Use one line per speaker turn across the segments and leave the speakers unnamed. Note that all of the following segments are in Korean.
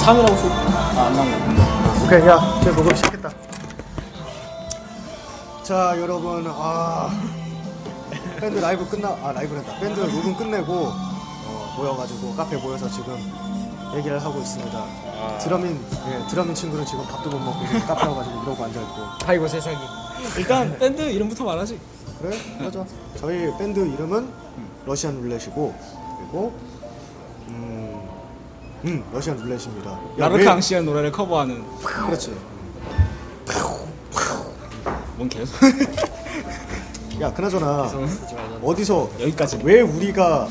3이라고 써. 아, 안 나온 거.
오케이 야 이제 녹음 시작했다 자 여러분 아 밴드 라이브 끝나 아 라이브란다 밴드 녹음 끝내고 어, 모여가지고 카페 모여서 지금 얘기를 하고 있습니다 드럼인 예 드럼인 친구는 지금 밥도 못 먹고 지금 카페 와가지고 이러고 앉아있고
아이고 세상에
일단 밴드 이름부터 말하지.
그래 맞아 저희 밴드 이름은 러시안 룰렛이고 그리고 음, 음 러시안 룰렛입니다 야, 왜-
라르캉 씨의 노래를 커버하는
그렇지
뭔 개소.
야 그나저나 어디서
여기까지.
왜 우리가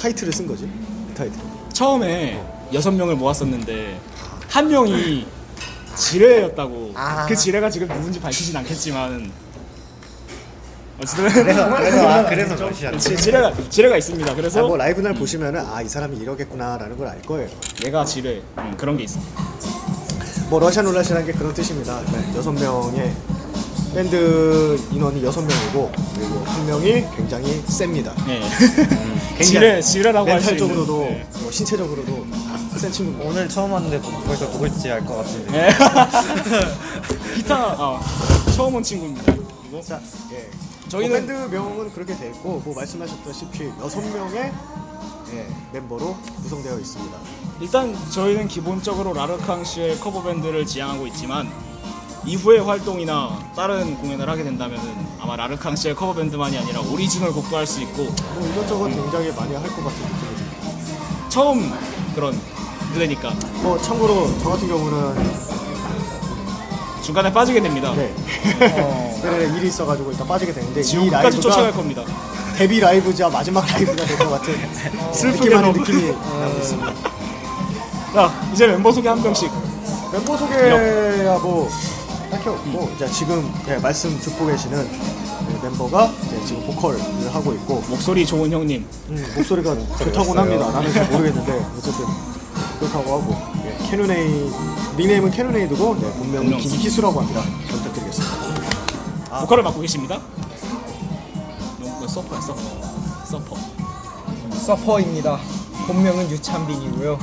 타이틀을 쓴 거지? 이 타이틀.
처음에 여섯 명을 모았었는데 한 명이 지뢰였다고.
아.
그 지뢰가 지금 누군지 밝히진 않겠지만
그래서
어쨌든
그래서 아, 그래서
러시안
지- 지뢰가 지뢰가 있습니다. 그래서
아, 뭐 라이브 날 보시면은 아 이 사람이 이러겠구나라는 걸 알 거예요.
얘가 지뢰 음, 그런 게 있어.
뭐 러시아 놀라시라는 게 그런 뜻입니다. 네, 여섯 명의 밴드 인원이 여섯 명이고 그리고 한 명이 굉장히 셉니다.
네. 지뢰 지뢰라고 할 수 있는.
음, 멘탈적으로도
네.
뭐 신체적으로도 센 친구.
오늘 처음 왔는데 거기서 누굴지 알 것 같은데
네. 기타 어, 처음 온 친구입니다. 그리고
자, 예. 저희
아, 저희는-
밴드 명은 그렇게 돼 있고 뭐 말씀하셨다시피 여섯 명의 예, 멤버로 구성되어 있습니다.
일단 저희는 기본적으로 라르캉 씨의 커버 밴드를 지향하고 있지만 이후의 활동이나 다른 공연을 하게 된다면 아마 라르캉 씨의 커버 밴드만이 아니라 오리지널 곡도 할 수 있고
뭐 이것저것 굉장히 많이 할 것 같은 느낌이 듭니다.
처음 그런 무대니까
뭐 참고로 저 같은 경우는
중간에 빠지게 됩니다.
네. 네, 일이 있어가지고 일단 빠지게 되는데 이
아. 어. 지옥까지 쫓아갈
라이브가
겁니다.
데뷔 라이브자 마지막 라이브가 될 것 같은
슬프게도. 어.
느낌하는 느낌이 나고 있습니다.
자 이제 멤버 소개 한 명씩.
멤버 소개야 뭐 딱히 없고 이제 지금 네, 말씀 듣고 계시는 네, 멤버가 이제 지금 보컬을 하고 있고
목소리 좋은 형님.
음, 목소리가 좋다곤 합니다. 나는 잘 모르겠는데 어쨌든 그렇다고 하고 예, 캐누네이 닉네임은 캐누네이드고 네, 본명은
본명.
김희수라고 합니다. 잘 부탁드리겠습니다. 아.
보컬을 맡고 계십니다. 너무 서퍼야 서퍼. 서퍼.
서퍼입니다 본명은 유찬빈이고요 어,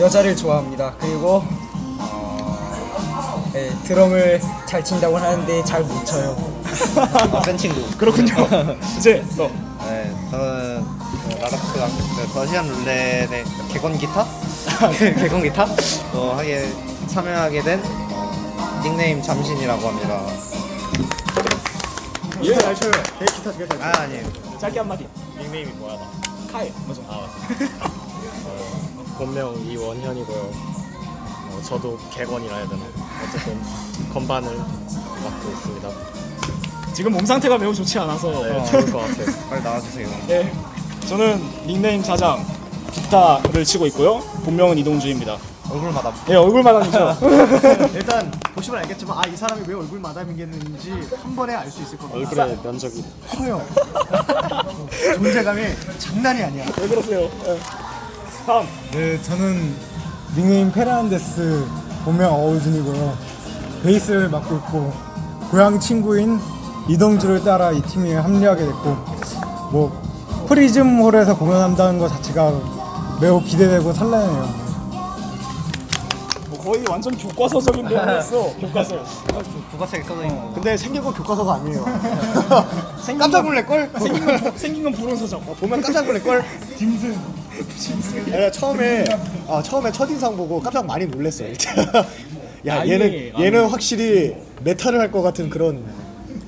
여자를 좋아합니다 그리고 어, 네, 드럼을 잘 친다고 하는데 잘 못 쳐요
아,
센 친구
그렇군요. 이제 너.
네 저는 그 라라크랑 러시안 룰렛의 개건 기타? 그 개건 기타? 어, 하게 참여하게 된 어, 닉네임 잠신이라고 합니다
예.
잘 쳐요. 네, 기타 되게 잘 쳐요.
아 아니에요
짧게 한마디. 닉네임이 뭐야 나? 카이. 맞아. 아
본명 이원현이고요. 어, 저도 개건이라 해야 되나? 어쨌든 건반을 맡고 있습니다.
지금 몸 상태가 매우 좋지 않아서.
어.
네, 좋을 것 같아요.
빨리 나와주세요
네. 저는 닉네임 사장 기타를 치고 있고요. 본명은 이동주입니다.
얼굴 마담
네 얼굴만 아니죠.
일단 보시면 알겠지만 아 이 사람이 왜 얼굴 마담이겠는지 한 번에 알 수 있을 겁니다.
얼굴에 면적이
커요. 존재감이 장난이 아니야.
왜 그러세요? 네. 다음.
네, 저는 닉네임 페란데스 본명 어우준이고요. 베이스를 맡고 있고 고향 친구인 이동주를 따라 이 팀에 합류하게 됐고 뭐 프리즘홀에서 공연한다는 것 자체가 매우 기대되고 설레네요.
뭐 거의 완전 교과서적인 뭐 내용이었어. 교과서.
부가색 써져있는
근데 생긴 건 교과서가 아니에요.
깜짝 놀랄 걸. 생긴 건 생긴 건 불운 서적.
보면 깜짝 놀랄 걸. 짐승. 내가 처음에 아 처음에 첫 인상 보고 깜짝 많이 놀랐어. 진짜. 야
아니,
얘는
아니.
얘는 확실히 메탈을 할 것 같은 그런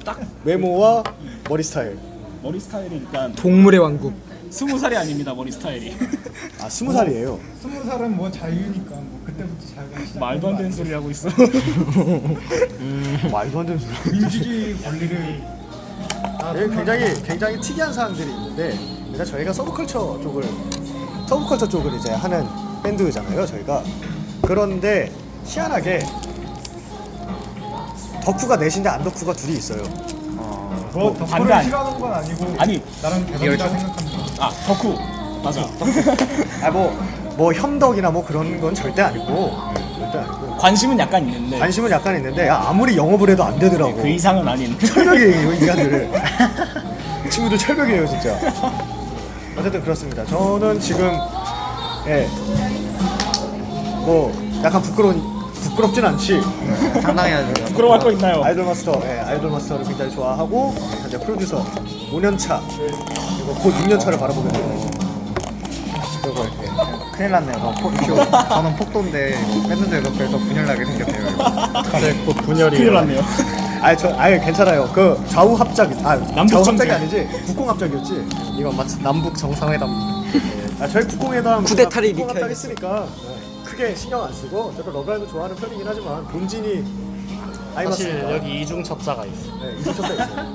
딱.
외모와 머리 스타일.
머리 스타일이 일단
동물의 왕국
스무 살이 아닙니다 머리 스타일이.
아 스무 살이에요.
스무 살은 뭐 자유니까 그때부터 자유가 시작.
말도 안 되는 소리 하고 있어.
말도 안 되는 소리.
민주주의 권리를
예, 굉장히 굉장히 특이한 사항들이 있는데 일단 저희가 서브컬처 쪽을 서브컬처 쪽을 이제 하는 밴드잖아요 저희가 그런데 희한하게 덕후가 넷인데 안 덕후가 둘이 있어요
뭐
반대 아니-
싫어하는 건 아니고
아니
나는 대단하다 생각합니다.
아 덕후 맞아.
아뭐 뭐 협덕이나 뭐 그런 건 절대 아니고 네, 절대 아니고
관심은 약간 있는데
관심은 약간 있는데 야, 아무리 영업을 해도 안 되더라고
그 이상은 아닌.
철벽이에요 이 인간들을 이 친구들 철벽이에요 진짜 어쨌든 그렇습니다 저는 지금 예. 뭐 약간 부끄러운 부끄럽진 않지.
어, 당당해야죠.
부끄러워할 거 있나요?
아이돌 마스터, 예, 아이돌 마스터를 굉장히 좋아하고 현재 프로듀서 5년 차 그리고 곧 6년 차를 바라보게 되네요.
그리고 이렇게 큰일 났네요. 저 폭, 저, 저는 폭도인데 뺐는데 그래서 분열 나게 생겼네요. 이거.
근데 곧 분열이
큰일 났네요.
아예 저 아예 괜찮아요. 그 좌우 합작이 아
남북
좌우 합작이
정쟁.
아니지 국공 합작이었지.
이건 마치 남북 정상회담.
아 저희 국공회담
쿠데타를
국공
일으켜야
합작 했으니까 네, 크게 신경 안 쓰고 저도 러브라이브 좋아하는 편이긴 하지만 본진이
사실
아이마스니까
여기 이중 첩자가 있어.
네, 이쪽 첩자 있어요.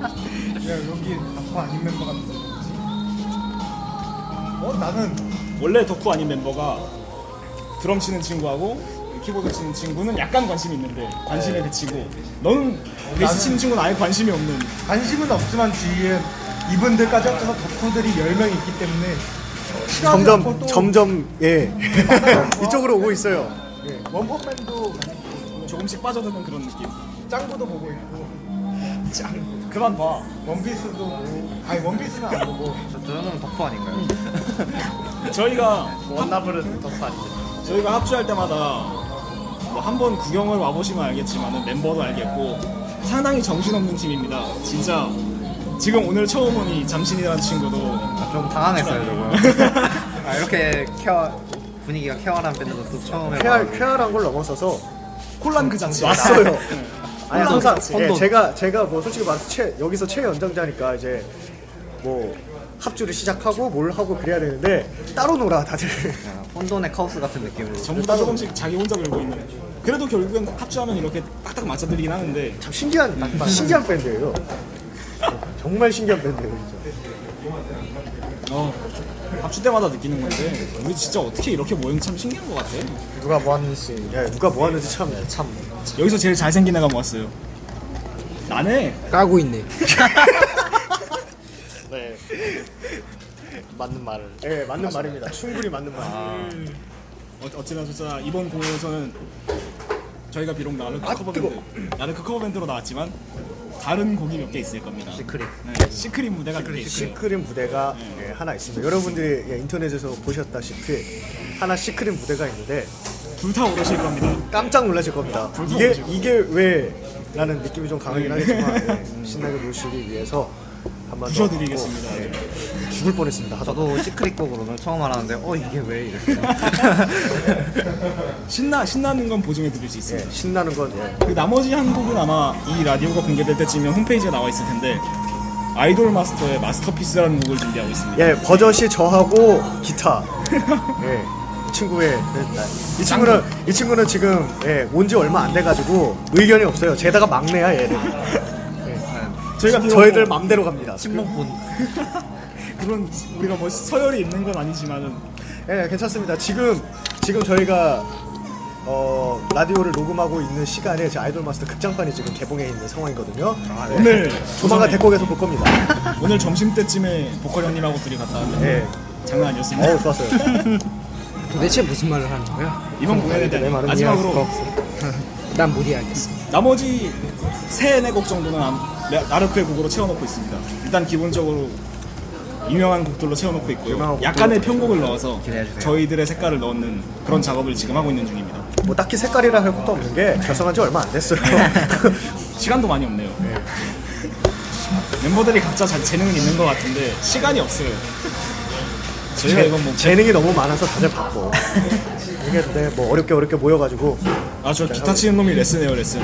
여기 아빠 아닌 멤버 같은 어? 나는
원래 덕후 아닌 멤버가 드럼 치는 친구하고 키보드 치는 친구는 약간 관심이 있는데
네.
관심에 그치고 너는 베이스 치는 친구는 아예 관심이 없는
관심은 없지만 주위에 이분들까지 합쳐서 덕후들이 10명 있기 때문에 친하지 않고 또
점점 점점 예 이쪽으로 오고 있어요.
원펀맨도
조금씩 빠져드는 그런 느낌
짱구도 보고 있고
짱 그만 봐
원피스도 보고 아니 원피스는 안 보고
저 저는 덕후 아닌가요?
저희가
원나블은 덕후 아니죠.
저희가 합주할 때마다 뭐 한번 구경을 와보시면 알겠지만 멤버도 알겠고 상당히 정신없는 팀입니다. 진짜 지금 오늘 처음 온 이 잠신이라는 친구도
아, 좀 당황했어요, 저거. 아, 이렇게 쾌활, 분위기가 쾌활한 밴드도 또 처음 해봐.
쾌활 쾌활한 걸 넘어서서
혼란 그 자체
왔어요.
네.
아니
혼란
항상
같이.
예,
혼돈.
제가 제가 뭐 솔직히 말해서 최 여기서 최 연장자니까 이제 뭐 합주를 시작하고 뭘 하고 그래야 되는데 따로 놀아 다들
혼돈의 카오스 같은 느낌으로.
전부 다 조금씩 자기 혼자 밀고 있는. 그래도 결국엔 합주하면 이렇게 딱딱 맞춰들리긴 하는데
참 신기한 신기한 밴드예요. 정말 신기한 밴드예요 진짜.
어, 합주 때마다 느끼는 건데 우리 진짜 어떻게 이렇게 모양 참 신기한 것 같아.
누가 뭐 하는지 네,
예, 누가 뭐 하는지 참
여기서 제일 잘생긴 애가 모았어요. 나네.
까고 있네.
네 맞는 말을 아.
예, 맞는 말입니다. 충분히 맞는 말.
어, 어찌나 진짜 이번 공연에서는 저희가 비록 나르크 커버밴드 나르크 커버밴드로 나왔지만 다른 곡이 몇 개 있을 겁니다. 시크릿. 네, 시크릿 무대가 몇개 있어요.
시크릿 무대가 예, 하나 있습니다. 여러분들이 예, 인터넷에서 보셨다시피 하나 시크릿 무대가 있는데
불타 오르실 겁니다.
깜짝 놀라실 겁니다.
아, 불타
이게
오르실
이게 왜라는 느낌이 좀 강하긴 하겠지만 예, 신나게 노시기 위해서 한번 예,
부셔드리겠습니다.
죽을 뻔했습니다. 하다
저도 시크릿 곡을 오늘 처음 알았는데, 어, 이게 왜 이렇게.
신나 신나는 건 보증해 드릴 수
예,
있습니다.
신나는 건 예,
그 나머지 한 곡은 아마 이 라디오가 공개될 때쯤이면 홈페이지에 나와 있을 텐데 아이돌 마스터의 마스터피스라는 곡을 준비하고 있습니다.
예, 버젓이 저하고 기타. 예. 이 친구의 이 친구는 이 친구는 지금 예, 온지 얼마 안 돼 가지고 의견이 없어요. 제다가 막내야, 얘는.
저희가 비록
저희들
뭐
맘대로 갑니다.
침묵본.
그런 우리가 뭐 서열이 있는 건 아니지만은
예, 괜찮습니다. 지금 지금 저희가 어, 라디오를 녹음하고 있는 시간에 제 아이돌 마스터 극장판이 지금 개봉해 있는 상황이거든요. 네.
오늘
조만간
조선에-
대곡에서 볼 겁니다.
오늘 점심 때쯤에 보컬 형님하고 둘이 갔다 왔는데
예.
장난 아니었습니다.
어우, 좋았어요.
도대체 무슨 말을 하는 거야?
이번 공연에
내
대한
말은
마지막으로
난 무리하겠어.
나머지 세네곡 정도는 안- 라- 라르크의 곡으로 채워놓고 있습니다. 일단 기본적으로 유명한 곡들로 채워놓고
유명한
있고요.
곡들.
약간의 편곡을 넣어서
기대해주세요.
저희들의 색깔을 넣는 그런 작업을 지금 하고 있는 중입니다.
뭐 딱히 색깔이라 할 것도 없는 게 결성한 지 얼마 안 됐어요.
네. 시간도 많이 없네요. 멤버들이 각자 자- 재능은 있는 것 같은데 시간이 없어요. 저희가 이건 뭐
재능이 너무 많아서 다들 바빠. 이게 근데 뭐 어렵게 어렵게 모여가지고
아 저 기타 치는 놈이 레슨해요 레슨.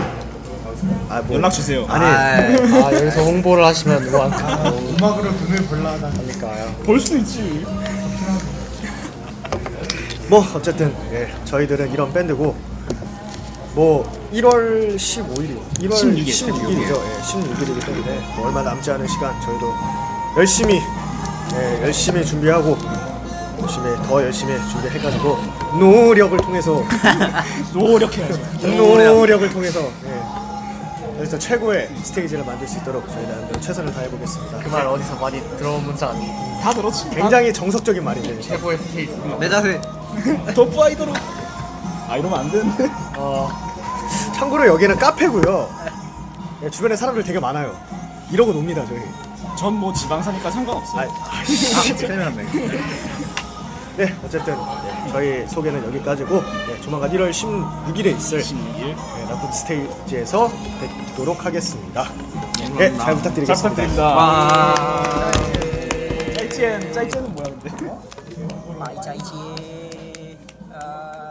아, 뭐
연락 주세요.
아니
아, 여기서 홍보를 하시면
뭐
누가
어, 음악으로 눈을 벌라 하다
볼 수 있지.
뭐 어쨌든 예, 저희들은 이런 밴드고 뭐 1월 15일이 1월
16일.
16일이죠. 예, 16일이기 때문에 뭐 얼마 남지 않은 시간 저희도 열심히 예, 열심히 준비하고 열심히 더 열심히 준비해가지고 노력을 통해서
노력해야죠.
노력을 통해서 예, 여기서 최고의 스테이지를 만들 수 있도록 저희 나름대로 최선을 다해보겠습니다.
그 말 어디서 많이 들어본 문자 아니에요?
다 들었지. 다
굉장히 정석적인 말이네요.
최고의 스테이지
내 자세.
덕후 아이돌로 아 이러면 안 되는데
어, 참고로 여기는 카페고요. 예, 주변에 사람들 되게 많아요. 이러고 놉니다 저희.
전 뭐 지방 사니까 상관없어요
아,
아, 큰일 났네.
네 어쨌든 예, 저희 소개는 여기까지고 예, 조만간 1월 16일에 있을
16일
예, 라쿤 스테이지에서 뵙도록 하겠습니다. 예, 잘 부탁드리겠습니다.
부탁드립니다.
아.
와.
짜이첸 짜이첸은 뭐야 근데?
마이 자이지. 아.